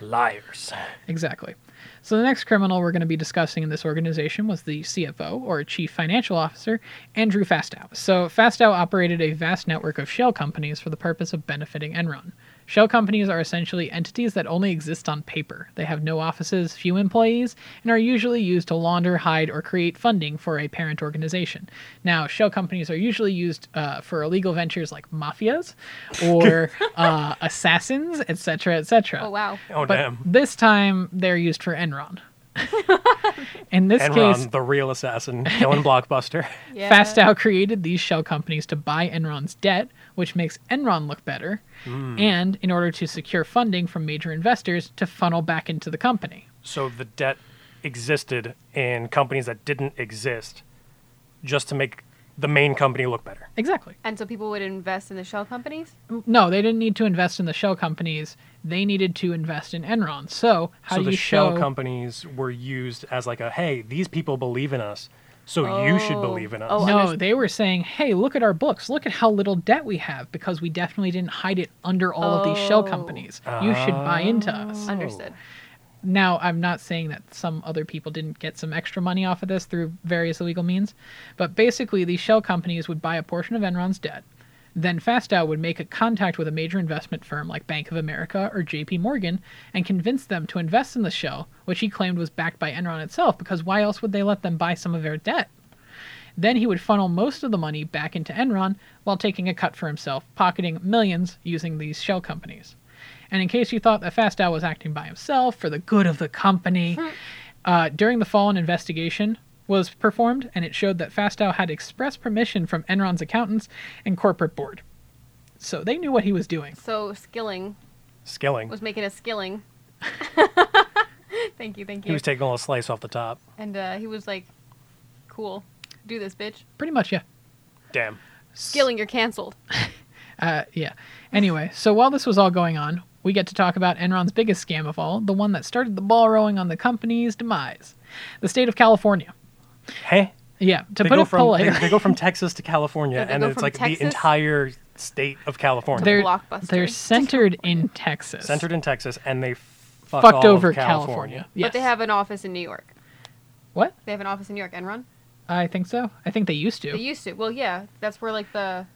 Speaker 3: Liars.
Speaker 1: Exactly. So the next criminal we're going to be discussing in this organization was the CFO or Chief Financial Officer, Andrew Fastow. So Fastow operated a vast network of shell companies for the purpose of benefiting Enron. Shell companies are essentially entities that only exist on paper. They have no offices, few employees, and are usually used to launder, hide, or create funding for a parent organization. Now, shell companies are usually used uh, for illegal ventures like mafias or uh, assassins, etc., etc.
Speaker 2: Oh wow.
Speaker 3: Oh
Speaker 1: But
Speaker 3: damn!
Speaker 1: this time they're used for Enron. In this
Speaker 3: Enron,
Speaker 1: case,
Speaker 3: the real assassin, killing Blockbuster.
Speaker 2: Yeah.
Speaker 1: Fastow created these shell companies to buy Enron's debt, which makes Enron look better,
Speaker 3: Hmm.
Speaker 1: and in order to secure funding from major investors to funnel back into the company.
Speaker 3: So the debt existed in companies that didn't exist, just to make the main company look better.
Speaker 1: Exactly.
Speaker 2: And so people would invest in the shell companies.
Speaker 1: No, they didn't need to invest in the shell companies. They needed to invest in Enron. So how
Speaker 3: so
Speaker 1: do
Speaker 3: the
Speaker 1: you
Speaker 3: shell
Speaker 1: show?
Speaker 3: companies were used as like a hey, these people believe in us, so you should
Speaker 2: Oh.
Speaker 3: believe in us.
Speaker 2: Oh,
Speaker 1: no,
Speaker 2: underst-
Speaker 1: they were saying, "Hey, look at our books. Look at how little debt we have because we definitely didn't hide it under all of these shell
Speaker 2: Oh.
Speaker 1: companies. You should buy into us."
Speaker 3: Oh.
Speaker 2: Understood.
Speaker 1: Now, I'm not saying that some other people didn't get some extra money off of this through various illegal means, but basically, these shell companies would buy a portion of Enron's debt. Then Fastow would make a contact with a major investment firm like Bank of America or JP Morgan and convince them to invest in the shell, which he claimed was backed by Enron itself, because why else would they let them buy some of their debt? Then he would funnel most of the money back into Enron while taking a cut for himself, pocketing millions using these shell companies. And in case you thought that Fastow was acting by himself for the good of the company, uh, during the fall, an investigation was performed, and it showed that Fastow had express permission from Enron's accountants and corporate board. So they knew what he was doing.
Speaker 2: So Skilling
Speaker 3: Skilling.
Speaker 2: was making a Skilling. thank you, thank
Speaker 3: He
Speaker 2: you.
Speaker 3: was taking a little slice off the top.
Speaker 2: and uh, he was like, "Cool, do this, bitch.
Speaker 1: Pretty much, yeah.
Speaker 3: Damn.
Speaker 2: Skilling, you're canceled."
Speaker 1: Uh, yeah. Anyway, so while this was all going on, we get to talk about Enron's biggest scam of all, the one that started the ball rolling on the company's demise the state of California.
Speaker 3: Hey.
Speaker 1: Yeah, to
Speaker 3: they
Speaker 1: put
Speaker 3: go
Speaker 1: it
Speaker 3: from
Speaker 1: politely.
Speaker 3: They, they go from Texas to California,
Speaker 2: Yeah, they
Speaker 3: and
Speaker 2: go
Speaker 3: it's
Speaker 2: from
Speaker 3: like
Speaker 2: Texas-
Speaker 3: the entire state of California.
Speaker 1: they're,
Speaker 2: Blockbuster.
Speaker 1: they're centered in Texas.
Speaker 3: centered in Texas, and they fuck all
Speaker 1: fucked
Speaker 3: of
Speaker 1: over
Speaker 3: California.
Speaker 1: California.
Speaker 2: But they
Speaker 1: Yes.
Speaker 2: have an office in New York.
Speaker 1: what?
Speaker 2: They have an office in New York. Enron.
Speaker 1: I think so. I think they used to.
Speaker 2: They used to. Well, yeah, that's where like the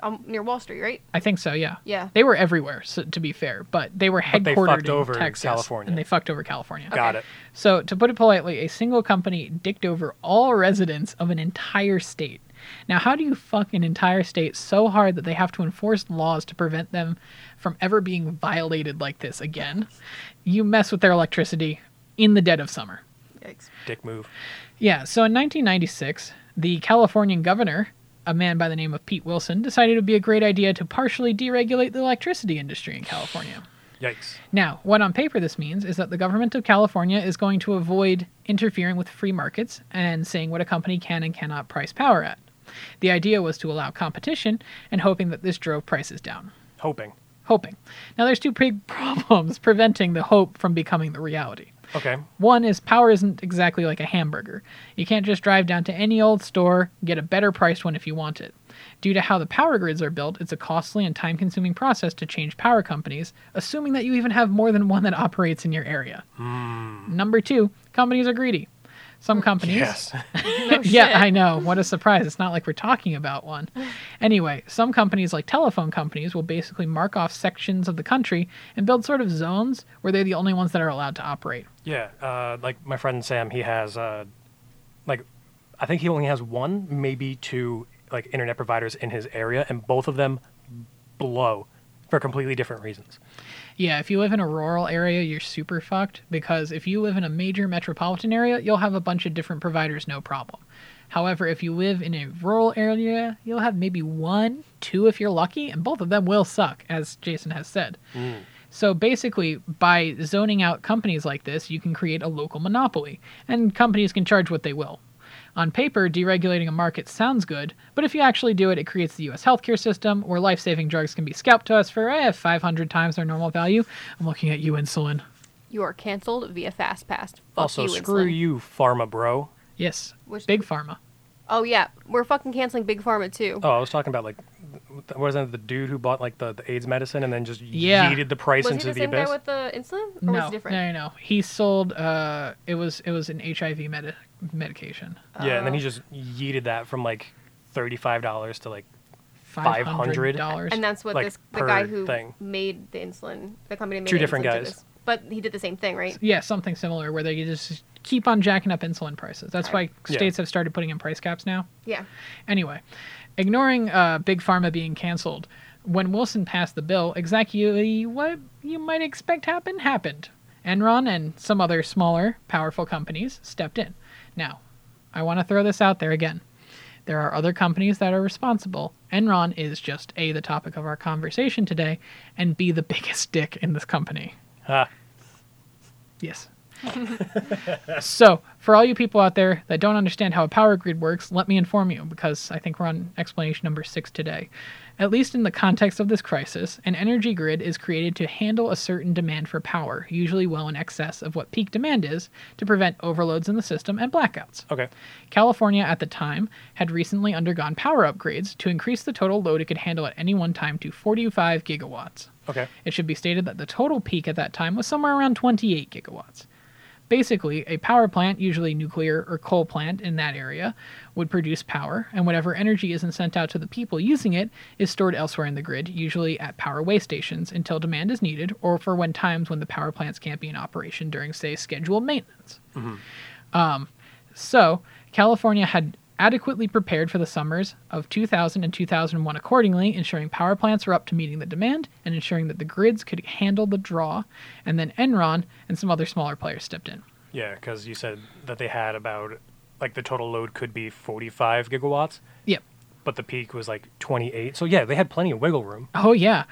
Speaker 2: um, near Wall Street, right?
Speaker 1: I think so. Yeah.
Speaker 2: Yeah.
Speaker 1: They were everywhere, so, to be fair, but they were
Speaker 3: But
Speaker 1: headquartered
Speaker 3: they fucked
Speaker 1: in
Speaker 3: over
Speaker 1: Texas,
Speaker 3: California.
Speaker 1: and they fucked over California.
Speaker 3: Got
Speaker 2: Okay.
Speaker 3: it.
Speaker 1: So, to put it politely, a single company dicked over all residents of an entire state. Now, how do you fuck an entire state so hard that they have to enforce laws to prevent them from ever being violated like this again? You mess with their electricity in the dead of summer.
Speaker 2: Yikes.
Speaker 3: Dick move.
Speaker 1: Yeah, so in 1996, the Californian governor, a man by the name of Pete Wilson, decided it would be a great idea to partially deregulate the electricity industry in California.
Speaker 3: Yikes.
Speaker 1: Now, what on paper this means is that the government of California is going to avoid interfering with free markets and saying what a company can and cannot price power at. The idea was to allow competition and hoping that this drove prices down.
Speaker 3: Hoping.
Speaker 1: Hoping. Now, there's two big problems preventing the hope from becoming the reality.
Speaker 3: Okay.
Speaker 1: One is power isn't exactly like a hamburger. You can't just drive down to any old store, get a better priced one if you want it. Due to how the power grids are built, it's a costly and time consuming process to change power companies, assuming that you even have more than one that operates in your area. Number two, companies are greedy. Some companies.
Speaker 3: Yes.
Speaker 1: yeah, I know. What a surprise. It's not like we're talking about one. Anyway, some companies, like telephone companies, will basically mark off sections of the country and build sort of zones where they're the only ones that are allowed to operate.
Speaker 3: Yeah, uh, like my friend Sam, he has uh, like I think he only has one, maybe two like internet providers in his area, and both of them blow for completely different reasons.
Speaker 1: Yeah, if you live in a rural area, you're super fucked because if you live in a major metropolitan area, you'll have a bunch of different providers, no problem. However, if you live in a rural area, you'll have maybe one, two if you're lucky, and both of them will suck, as Jason has said. So basically, by zoning out companies like this, you can create a local monopoly, and companies can charge what they will. On paper, deregulating a market sounds good, but if you actually do it, it creates the U.S. healthcare system where life saving drugs can be scalped to us for eh, 500 times their normal value. I'm looking at you, insulin.
Speaker 2: You are canceled via fast pass. Fuck
Speaker 3: also,
Speaker 2: you,
Speaker 3: screw
Speaker 2: insulin.
Speaker 3: you, pharma bro.
Speaker 1: Yes,
Speaker 2: Which-
Speaker 1: big pharma.
Speaker 2: Oh yeah, we're fucking canceling Big Pharma too.
Speaker 3: Oh, I was talking about like th- wasn't it the dude who bought like the, the AIDS medicine and then just
Speaker 1: Yeah.
Speaker 3: yeeted the price
Speaker 2: was he
Speaker 3: into
Speaker 2: the,
Speaker 3: the,
Speaker 2: same
Speaker 3: abyss?
Speaker 2: guy with the insulin, or
Speaker 1: No,
Speaker 2: was it
Speaker 1: no,
Speaker 2: different?
Speaker 1: no, no. He sold. Uh, it was it was an HIV medi- medication.
Speaker 2: uh,
Speaker 3: Yeah, and then he just yeeted that from like thirty five dollars to like
Speaker 1: five hundred
Speaker 3: 500?
Speaker 1: dollars.
Speaker 2: And that's what
Speaker 3: Like,
Speaker 2: this the
Speaker 3: per
Speaker 2: guy who
Speaker 3: thing.
Speaker 2: made the insulin, the company made
Speaker 3: Two
Speaker 2: the
Speaker 3: different
Speaker 2: insulin did
Speaker 3: guys.
Speaker 2: this. But he did the same thing, right?
Speaker 1: yeah, something similar where they just keep on jacking up insulin prices. That's why
Speaker 2: Right.
Speaker 3: Yeah.
Speaker 1: states have started putting in price caps now.
Speaker 2: Yeah.
Speaker 1: Anyway, ignoring uh, Big Pharma being canceled, when Wilson passed the bill, exactly what you might expect happened happened. Enron and some other smaller, powerful companies stepped in. Now, I want to throw this out there again. There are other companies that are responsible. Enron is just A, the topic of our conversation today, and B, the biggest dick in this company.
Speaker 3: Ah,
Speaker 1: Yes. so, for all you people out there that don't understand how a power grid works, let me inform you, because I think we're on explanation number six today. At least in the context of this crisis, an energy grid is created to handle a certain demand for power, usually well in excess of what peak demand is, to prevent overloads in the system and blackouts.
Speaker 3: okay.
Speaker 1: California at the time had recently undergone power upgrades to increase the total load it could handle at any one time to 45 gigawatts.
Speaker 3: Okay.
Speaker 1: It should be stated that the total peak at that time was somewhere around 28 gigawatts. Basically, a power plant, usually nuclear or coal plant in that area, would produce power, and whatever energy isn't sent out to the people using it is stored elsewhere in the grid, usually at power way stations, until demand is needed or for when times when the power plants can't be in operation during, say, scheduled maintenance. So, California had adequately prepared for the summers of 2000 and 2001 accordingly, ensuring power plants were up to meeting the demand and ensuring that the grids could handle the draw. And then Enron and some other smaller players stepped in.
Speaker 3: Yeah, because you said that they had about like the total load could be 45 gigawatts,
Speaker 1: Yep.
Speaker 3: but the peak was like 28. So yeah, they had plenty of wiggle room.
Speaker 1: Oh, yeah.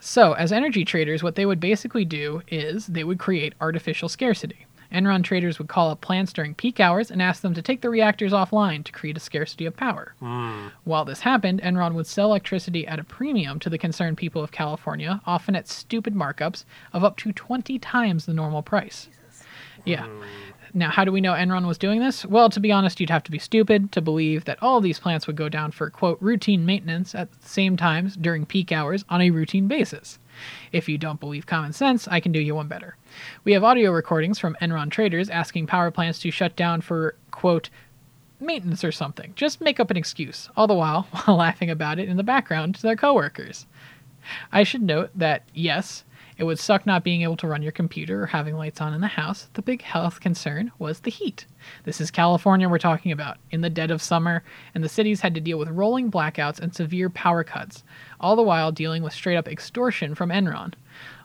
Speaker 1: So, as energy traders, what they would basically do is they would create artificial scarcity. Enron traders would call up plants during peak hours and ask them to take the reactors offline to create a scarcity of power. While this happened, Enron would sell electricity at a premium to the concerned people of California, often at stupid markups of up to 20 times the normal price. Yeah. Now, how do we know Enron was doing this? Well, to be honest, you'd have to be stupid to believe that all of these plants would go down for, quote, routine maintenance at the same times during peak hours on a routine basis. If you don't believe common sense, I can do you one better. We have audio recordings from Enron traders asking power plants to shut down for, quote, maintenance or something. Just make up an excuse, all the while while laughing about it in the background to their coworkers. I should note that yes, it would suck not being able to run your computer or having lights on in the house. The big health concern was the heat. This is California we're talking about, in the dead of summer, and the cities had to deal with rolling blackouts and severe power cuts, all the while dealing with straight up extortion from Enron.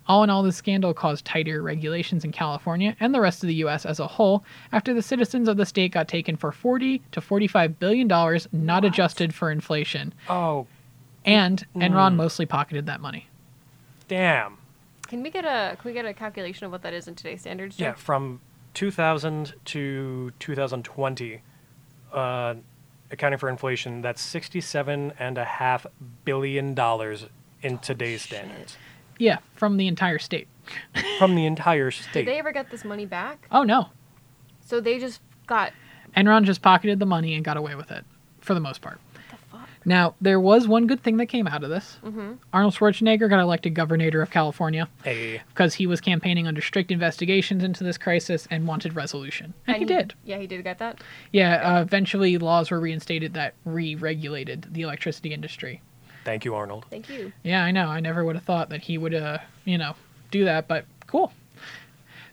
Speaker 1: All in all, this scandal caused tighter regulations in California and the rest of the U.S. as a whole after the citizens of the state got taken for 40 to 45 billion dollars, not adjusted for inflation,
Speaker 3: Oh,
Speaker 1: and Enron mostly pocketed that money.
Speaker 3: damn.
Speaker 2: Can we get a can we get a calculation of what that is in today's standards? Joe?
Speaker 3: Yeah, from 2000 to 2020, uh, accounting for inflation, that's 67 and a half billion dollars in today's standards
Speaker 1: Yeah, from the entire state.
Speaker 3: from the entire state.
Speaker 2: Did they ever get this money back?
Speaker 1: Oh no.
Speaker 2: So they just got
Speaker 1: Enron just pocketed the money and got away with it, for the most part.
Speaker 2: the fuck.
Speaker 1: Now, there was one good thing that came out of this.
Speaker 2: mm-hmm.
Speaker 1: Arnold Schwarzenegger got elected governor of California
Speaker 3: Hey,
Speaker 1: because he was campaigning under strict investigations into this crisis and wanted resolution. And, he, did.
Speaker 2: Yeah, he did get that.
Speaker 1: Yeah, uh, eventually laws were reinstated that re regulated the electricity industry.
Speaker 3: thank you, Arnold.
Speaker 2: Thank you.
Speaker 1: Yeah, I know. I never would have thought that he would, uh, you know, do that, but cool.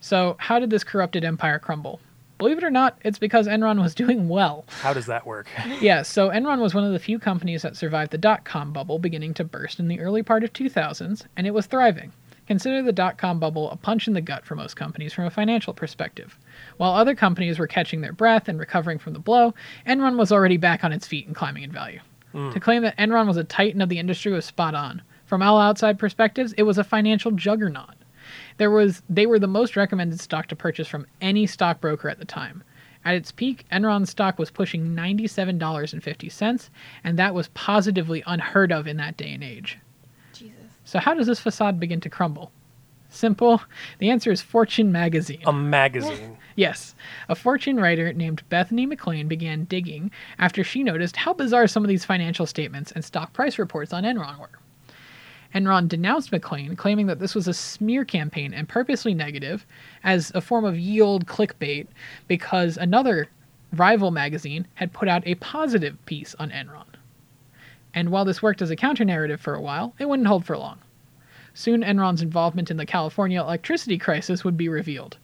Speaker 1: So, how did this corrupted empire crumble? Believe it or not, it's because Enron was doing well.
Speaker 3: How does that work?
Speaker 1: yeah, so Enron was one of the few companies that survived the dot com bubble beginning to burst in the early part of 2000s, and it was thriving. Consider the dot com bubble a punch in the gut for most companies from a financial perspective. While other companies were catching their breath and recovering from the blow, Enron was already back on its feet and climbing in value. To claim that Enron was a titan of the industry was spot on. From all outside perspectives, it was a financial juggernaut. There was they were the most recommended stock to purchase from any stockbroker at the time. At its peak, Enron's stock was pushing $97.50, and that was positively unheard of in that day and age.
Speaker 2: Jesus.
Speaker 1: So how does this facade begin to crumble? Simple. The answer is Fortune magazine.
Speaker 3: A magazine.
Speaker 1: Yes. A fortune writer named Bethany McLean began digging after she noticed how bizarre some of these financial statements and stock price reports on Enron were. Enron denounced McLean, claiming that this was a smear campaign and purposely negative as a form of yield clickbait because another rival magazine had put out a positive piece on Enron. And while this worked as a counter narrative for a while, it wouldn't hold for long. Soon, Enron's involvement in the California electricity crisis would be revealed.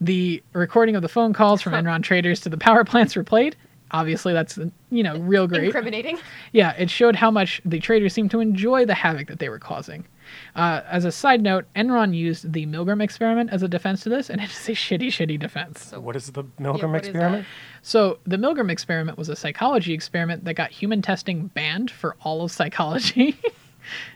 Speaker 1: The recording of the phone calls from Enron traders to the power plants were played. Obviously, that's you know real great.
Speaker 2: Incriminating.
Speaker 1: Yeah, it showed how much the traders seemed to enjoy the havoc that they were causing. Uh, as a side note, Enron used the Milgram experiment as a defense to this, and it is a shitty, shitty defense.
Speaker 3: What is the Milgram
Speaker 2: what is
Speaker 3: experiment?
Speaker 1: So, the Milgram experiment was a psychology experiment that got human testing banned for all of psychology.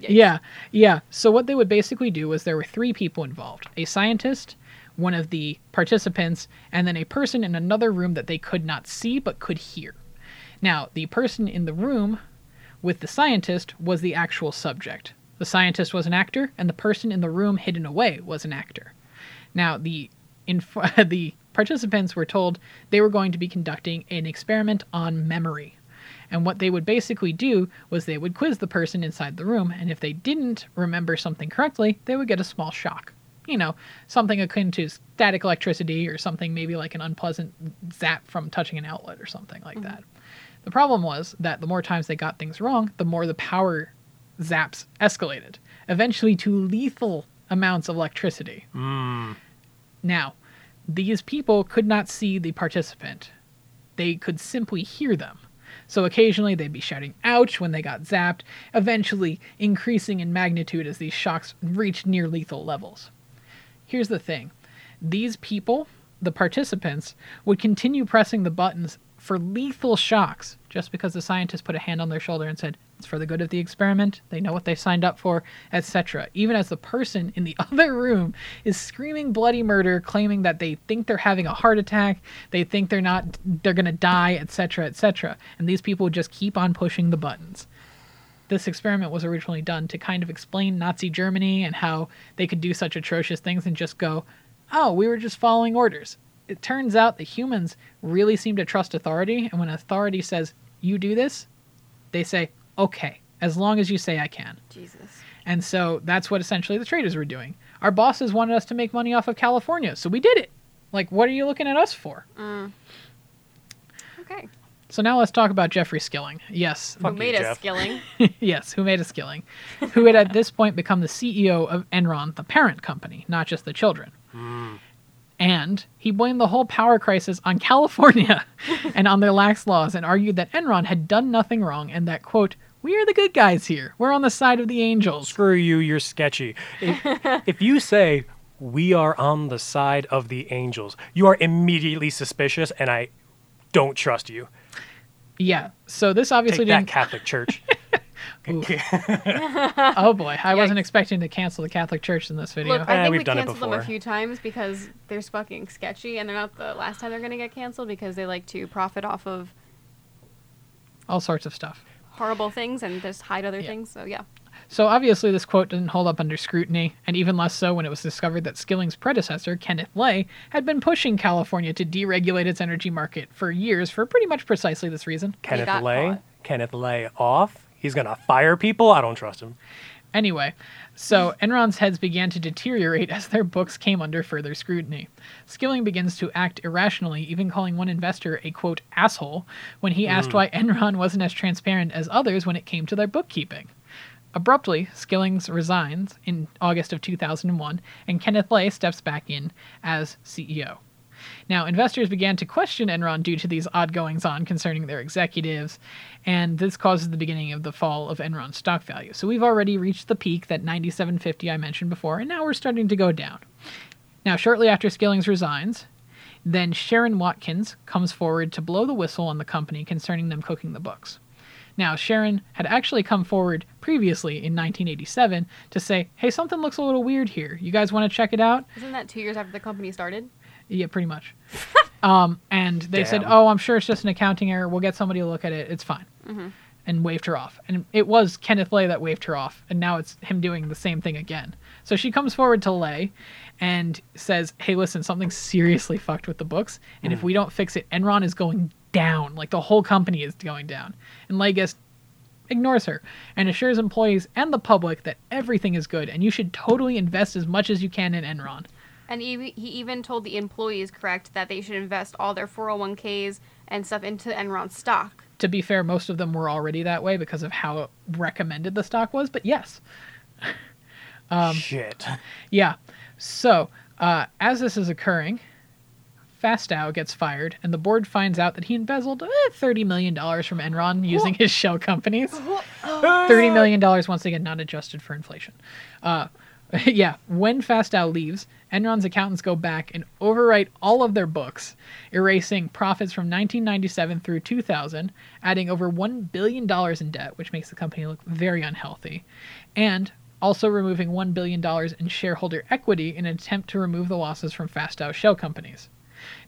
Speaker 2: Yikes.
Speaker 1: yeah, yeah. So, what they would basically do was there were three people involved a scientist, one of the participants, and then a person in another room that they could not see but could hear. Now, the person in the room with the scientist was the actual subject. The scientist was an actor, and the person in the room hidden away was an actor. Now, the inf- uh, the participants were told they were going to be conducting an experiment on memory. And what they would basically do was they would quiz the person inside the room, and if they didn't remember something correctly, they would get a small shock. You know, something akin to static electricity or something maybe like an unpleasant zap from touching an outlet or something like that. The problem was that the more times they got things wrong, the more the power zaps escalated, eventually to lethal amounts of electricity.
Speaker 3: Mm,
Speaker 1: Now, these people could not see the participant. They could simply hear them. So occasionally they'd be shouting ouch when they got zapped, eventually increasing in magnitude as these shocks reached near lethal levels. Here's the thing these people, the participants, would continue pressing the buttons for lethal shocks just because the scientist put a hand on their shoulder and said, it's for the good of the experiment, they know what they signed up for, etc. Even as the person in the other room is screaming bloody murder, claiming that they think they're having a heart attack, they think they're not they're going to die, etc., etc. And these people would just keep on pushing the buttons this experiment was originally done to kind of explain Nazi Germany and how they could do such atrocious things and just go, oh, we were just following orders. It turns out that humans really seem to trust authority, and when authority says, you do this, they say, okay, as long as you say I can.
Speaker 2: Jesus.
Speaker 1: And so that's what essentially the traders were doing. Our bosses wanted us to make money off of California, so we did it. Like, what are you looking at us for?
Speaker 2: Okay.
Speaker 1: So now let's talk about Jeffrey Skilling. Yes,
Speaker 3: Fuck
Speaker 2: Who
Speaker 3: you,
Speaker 2: made us
Speaker 3: Jeff.
Speaker 2: skilling?
Speaker 1: yes, who made a skilling, who had at this point become the CEO of Enron, the parent company, not just the children.
Speaker 3: mm.
Speaker 1: And he blamed the whole power crisis on California and on their lax laws and argued that Enron had done nothing wrong and that, quote, we are the good guys here. We're on the side of the angels.
Speaker 3: Screw you, you're sketchy. If, if you say we are on the side of the angels, you are immediately suspicious, and I don't trust you.
Speaker 1: Yeah. So this obviously
Speaker 3: Take that,
Speaker 1: didn't.
Speaker 3: Catholic Church.
Speaker 1: oh boy, I wasn't
Speaker 2: Yikes.
Speaker 1: expecting to cancel the Catholic Church in this video.
Speaker 2: Look,
Speaker 3: Eh,
Speaker 2: I think
Speaker 3: we've
Speaker 2: we
Speaker 3: done it
Speaker 2: canceled them a
Speaker 3: before.
Speaker 2: few times because they're fucking sketchy, and they're not the last time they're going to get canceled because they like to profit off of
Speaker 1: All sorts of stuff.
Speaker 2: horrible things and just hide other
Speaker 1: Yeah.
Speaker 2: things. So yeah,
Speaker 1: So obviously, this quote didn't hold up under scrutiny, and even less so when it was discovered that Skilling's predecessor, Kenneth Lay, had been pushing California to deregulate its energy market for years for pretty much precisely this reason.
Speaker 3: Kenneth
Speaker 2: got
Speaker 3: Lay.
Speaker 2: caught.
Speaker 3: Kenneth Lay off. He's gonna fire people. I don't trust him.
Speaker 1: Anyway, so Enron's heads began to deteriorate as their books came under further scrutiny. Skilling begins to act irrationally, even calling one investor a quote asshole when he asked why Enron wasn't as transparent as others when it came to their bookkeeping. Abruptly, Skillings resigns in August of 2001, and Kenneth Lay steps back in as E CEO. Now, investors began to question Enron due to these odd goings on concerning their executives, and this causes the beginning of the fall of Enron's stock value. So we've already reached the peak, that 97.50 I mentioned before, and now we're starting to go down. Now, shortly after Skillings resigns, then Sharon Watkins comes forward to blow the whistle on the company concerning them cooking the books. Now, Sharon had actually come forward previously in 1987 to say, hey, something looks a little weird here. You guys want to check it out?
Speaker 2: isn't that two years after the company started?
Speaker 1: Yeah, pretty much. um, and they said,
Speaker 3: Damn.
Speaker 1: "Oh, I'm sure it's just an accounting error. We'll get somebody to look at it. It's fine." And waved her off. And it was Kenneth Lay that waved her off, and now it's him doing the same thing again. So she comes forward to Lay and says, "Hey, listen, something seriously fucked with the books, and if we don't fix it, Enron is going down. Like the whole company is going down." And Lay gets ignores her and assures employees and the public that everything is good and you should totally invest as much as you can in Enron.
Speaker 2: And he, he even told oh the employees, correct, that they should invest all their 401ks and stuff into Enron stock
Speaker 1: to be fair, most of them were already that way because of how recommended the stock was. But yes, Um,
Speaker 3: Shit.
Speaker 1: yeah. So uh, as this is occurring, Fastow gets fired, and the board finds out that he embezzled eh, thirty million dollars from Enron using his shell companies. Thirty million dollars once again, not adjusted for inflation. Uh, yeah, when Fastow leaves, Enron's accountants go back and overwrite all of their books, erasing profits from 1997 through 2000, adding over one billion dollars in debt, which makes the company look very unhealthy, and also removing one billion dollars in shareholder equity in an attempt to remove the losses from Fastow shell companies.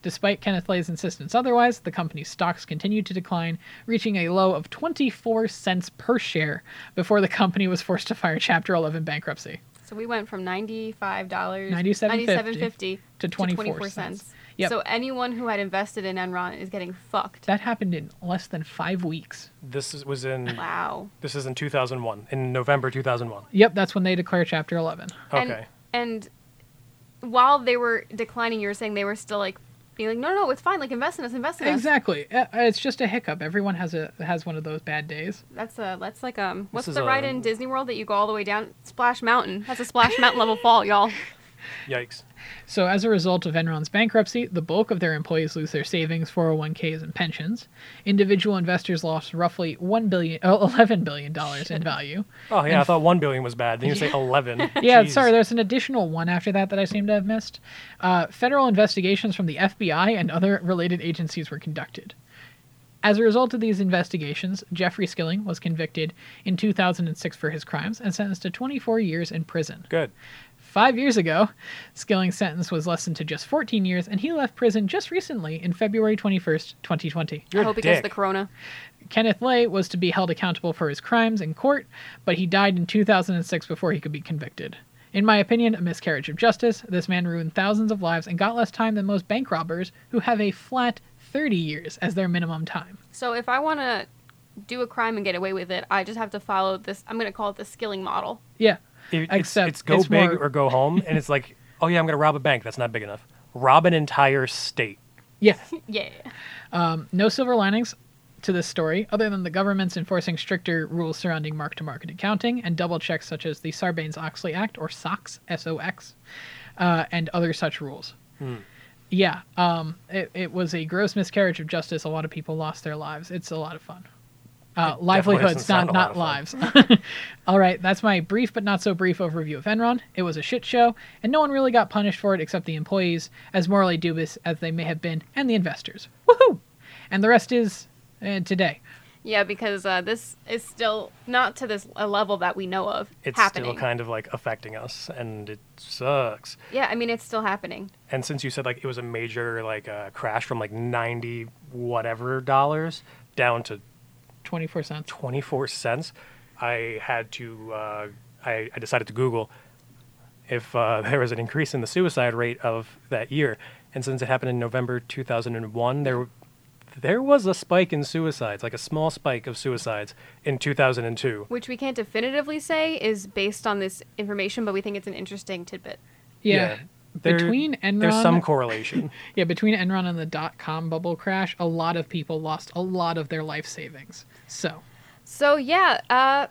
Speaker 1: Despite Kenneth Lay's insistence otherwise, the company's stocks continued to decline, reaching a low of 24 cents per share before the company was forced to fire Chapter 11 bankruptcy
Speaker 2: So we went from ninety-five dollars,
Speaker 1: $97.50 to 24,
Speaker 2: 24
Speaker 1: cents.
Speaker 2: cents.
Speaker 1: Yep.
Speaker 2: So anyone who had invested in Enron is getting fucked.
Speaker 1: that happened in less than five weeks.
Speaker 3: This is, was in
Speaker 2: wow.
Speaker 3: this is in 2001 in November 2001.
Speaker 1: Yep, that's when they declare Chapter 11.
Speaker 3: Okay.
Speaker 2: And, and while they were declining, you were saying they were still like being like, no, no, no, it's fine. Like invest in us, invest in us.
Speaker 1: Exactly. Uh, It's just a hiccup. Everyone has a has one of those bad days.
Speaker 2: That's a that's like um what's
Speaker 3: is
Speaker 2: the ride
Speaker 3: a-
Speaker 2: in Disney World that you go all the way down Splash Mountain? That's a Splash Mountain level fall, y'all.
Speaker 3: Yikes.
Speaker 1: So, as a result of Enron's bankruptcy, the bulk of their employees lose their savings, 401ks, and pensions. Individual investors lost roughly one billion, oh, $11 billion in value.
Speaker 3: Oh yeah, I thought 1 billion was bad. Then you say 11.
Speaker 1: Yeah,
Speaker 3: Jeez.
Speaker 1: sorry, there's an additional one after that that I seem to have missed. Uh, federal investigations from the FBI and other related agencies were conducted. As a result of these investigations, Jeffrey Skilling was convicted in 2006 for his crimes and sentenced to 24 years in prison.
Speaker 3: Good.
Speaker 1: Five years ago, Skilling's sentence was lessened to just 14 years, and he left prison just recently in February 21st, 2020.
Speaker 3: You're
Speaker 2: I hope
Speaker 3: a
Speaker 2: because of
Speaker 3: dick.
Speaker 2: the corona.
Speaker 1: Kenneth Lay was to be held accountable for his crimes in court, but he died in 2006 before he could be convicted. In my opinion, a miscarriage of justice. This man ruined thousands of lives and got less time than most bank robbers who have a flat 30 years as their minimum time.
Speaker 2: So if I want to do a crime and get away with it, I just have to follow this. I'm gonna call it the skilling model.
Speaker 1: Yeah.
Speaker 3: It- it's-
Speaker 1: Except
Speaker 3: it's, go
Speaker 1: it's
Speaker 3: big
Speaker 1: more-
Speaker 3: or go home and it's like, "Oh yeah, I'm going to rob a bank. That's not big enough. Rob an entire state."
Speaker 1: Yeah.
Speaker 2: Yeah.
Speaker 1: No silver linings to this story, other than the government's enforcing stricter rules surrounding mark to market accounting and double checks such as the Sarbanes Oxley Act, or SOX, S O X, uh, and other such rules.
Speaker 3: Hmm.
Speaker 1: Yeah, um, it, it was a gross miscarriage of justice. A lot of people lost their lives. It's a lot of fun. Uh, livelihoods,
Speaker 3: sound
Speaker 1: not
Speaker 3: a lot
Speaker 1: not
Speaker 3: of fun.
Speaker 1: lives. All right, that's my brief but not so brief overview of Enron. It was a shit show, and no one really got punished for it except the employees, as morally dubious as they may have been, and the investors. Woohoo! And the rest is uh, today.
Speaker 2: Yeah, because uh, this is still not to this a level that we know of
Speaker 3: It's
Speaker 2: happening.
Speaker 3: still kind of like affecting us and it sucks.
Speaker 2: yeah, I mean it's still happening.
Speaker 3: And since you said like it was a major like uh, crash from like 90 whatever dollars down to
Speaker 1: 24 cents.
Speaker 3: 24 cents, I had to, uh, I, I decided to Google if uh, there was an increase in the suicide rate of that year. And since it happened in November 2001, there, there was a spike in suicides, like a small spike of suicides in 2002.
Speaker 2: Which we can't definitively say is based on this information, but we think it's an interesting tidbit.
Speaker 1: Yeah.
Speaker 3: There-
Speaker 1: between Enron,
Speaker 3: There's some correlation.
Speaker 1: yeah, between Enron and the dot com bubble crash, a lot of people lost a lot of their life savings. So,
Speaker 2: So yeah, uh,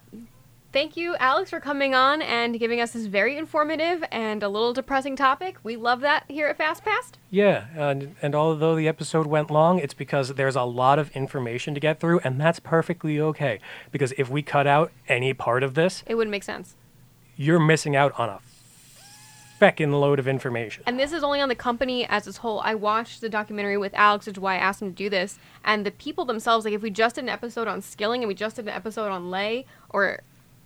Speaker 2: thank you, Alex, for coming on and giving us this very informative and a little depressing topic. We love that here at Fast Past.
Speaker 3: Yeah, and, and although the episode went long, it's because there's a lot of information to get through, and that's perfectly okay. Because if we cut out any part of this,
Speaker 2: It wouldn't make sense.
Speaker 3: you're missing out on a feckin' load of information.
Speaker 2: And this is only on the company as a whole. I watched the documentary with Alex, which is why I asked him to do this. And the people themselves, like if we just did an episode on Skilling and we just did an episode on Lay or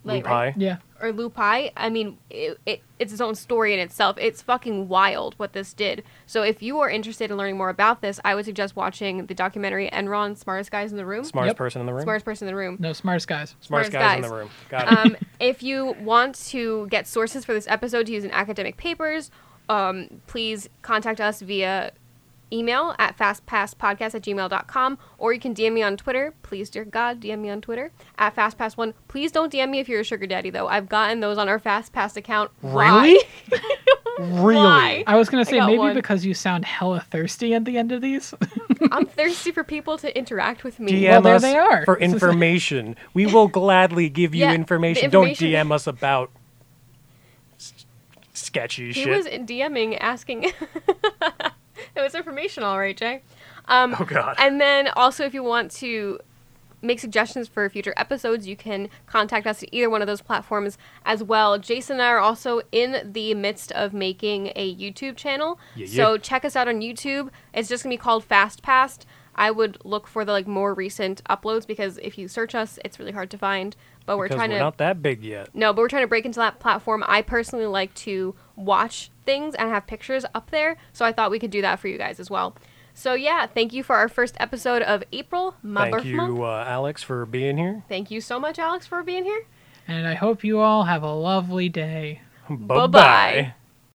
Speaker 2: Lay,
Speaker 3: Lupai.
Speaker 2: right?
Speaker 1: yeah.
Speaker 2: or Lupai, I mean, it, it, it's its own story in itself. It's fucking wild what this did. So if you are interested in learning more about this, I would suggest watching the documentary Enron Smartest Guys in the Room.
Speaker 3: Smartest
Speaker 1: Yep.
Speaker 3: person in the room.
Speaker 2: Smartest Person in the Room.
Speaker 1: No, smartest guys.
Speaker 2: smartest
Speaker 3: Smartest guys, in
Speaker 2: guys.
Speaker 3: the room. Got it.
Speaker 2: Um, if you want to get sources for this episode to use in academic papers, um, please contact us via email at fastpasspodcast at gmail.com or you can DM me on Twitter. Please, dear God, DM me on Twitter at fastpass1. Please don't DM me if you're a sugar daddy, though. I've gotten those on our fastpass account. Why?
Speaker 3: Really? really?
Speaker 2: Why?
Speaker 1: I was going to say,
Speaker 2: got
Speaker 1: maybe
Speaker 2: one.
Speaker 1: because you sound hella thirsty at the end of these.
Speaker 2: I'm thirsty for people to interact with me.
Speaker 3: DM
Speaker 1: Well, there
Speaker 3: us
Speaker 1: they are.
Speaker 3: for
Speaker 1: This is-
Speaker 3: information. we will gladly give you
Speaker 2: Yeah, the
Speaker 3: information.
Speaker 2: information-
Speaker 3: Don't DM us about s- sketchy
Speaker 2: He
Speaker 3: shit.
Speaker 2: was DMing asking. it was information, all right, Jay. Um,
Speaker 3: Oh, God.
Speaker 2: And then also, if you want to make suggestions for future episodes, you can contact us at either one of those platforms as well. Jason and I are also in the midst of making a YouTube channel,
Speaker 3: Yeah,
Speaker 2: so
Speaker 3: yeah.
Speaker 2: check us out on YouTube. It's just gonna be called Fast Past. I would look for the like more recent uploads because if you search us, it's really hard to find. But we're
Speaker 3: because
Speaker 2: trying
Speaker 3: we're
Speaker 2: to
Speaker 3: not that big yet.
Speaker 2: no, but we're trying to break into that platform. I personally like to watch things and have pictures up there, so I thought we could do that for you guys as well. So yeah, thank you for our first episode of April, my
Speaker 3: Thank
Speaker 2: birth
Speaker 3: you,
Speaker 2: month.
Speaker 3: uh, Alex, for being here.
Speaker 2: Thank you so much, Alex, for being here.
Speaker 1: And I hope you all have a lovely day.
Speaker 3: Bye
Speaker 2: Bye-bye.
Speaker 3: bye.